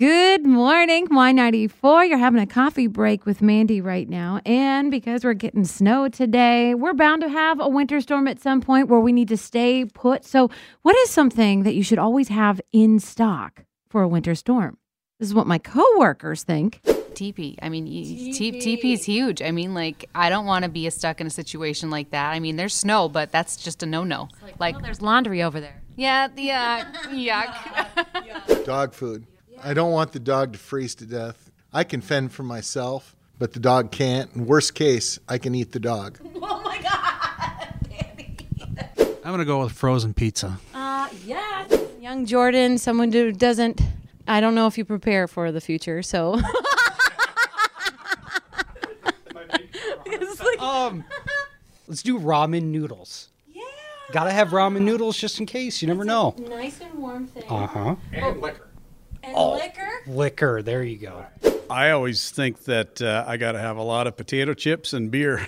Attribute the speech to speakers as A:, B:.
A: Good morning, Y94. You're having a coffee break with Mandy right now. And because we're getting snow today, we're bound to have a winter storm at some point where we need to stay put. So, what is something that you should always have in stock for a winter storm? This is what my coworkers think.
B: TP. I mean, you- T- TP is huge. I mean, like, I don't want to be stuck in a situation like that. I mean, there's snow, but that's just a no-no. Like,
A: There's laundry over there.
B: yeah, yeah, yuck.
C: Dog food. I don't want the dog to freeze to death. I can fend for myself, but the dog can't. And worst case, I can eat the dog.
D: I'm gonna go with frozen pizza.
E: Young Jordan, someone who doesn't. I don't know if you prepare for the future, so.
F: Um, let's do ramen noodles. Yeah. Gotta have ramen noodles just in case. You never know.
E: nice and warm thing. Oh,
F: Uh huh.
E: and liquor?
F: Liquor. There you go.
G: I always think that uh, I got to have a lot of potato chips and beer.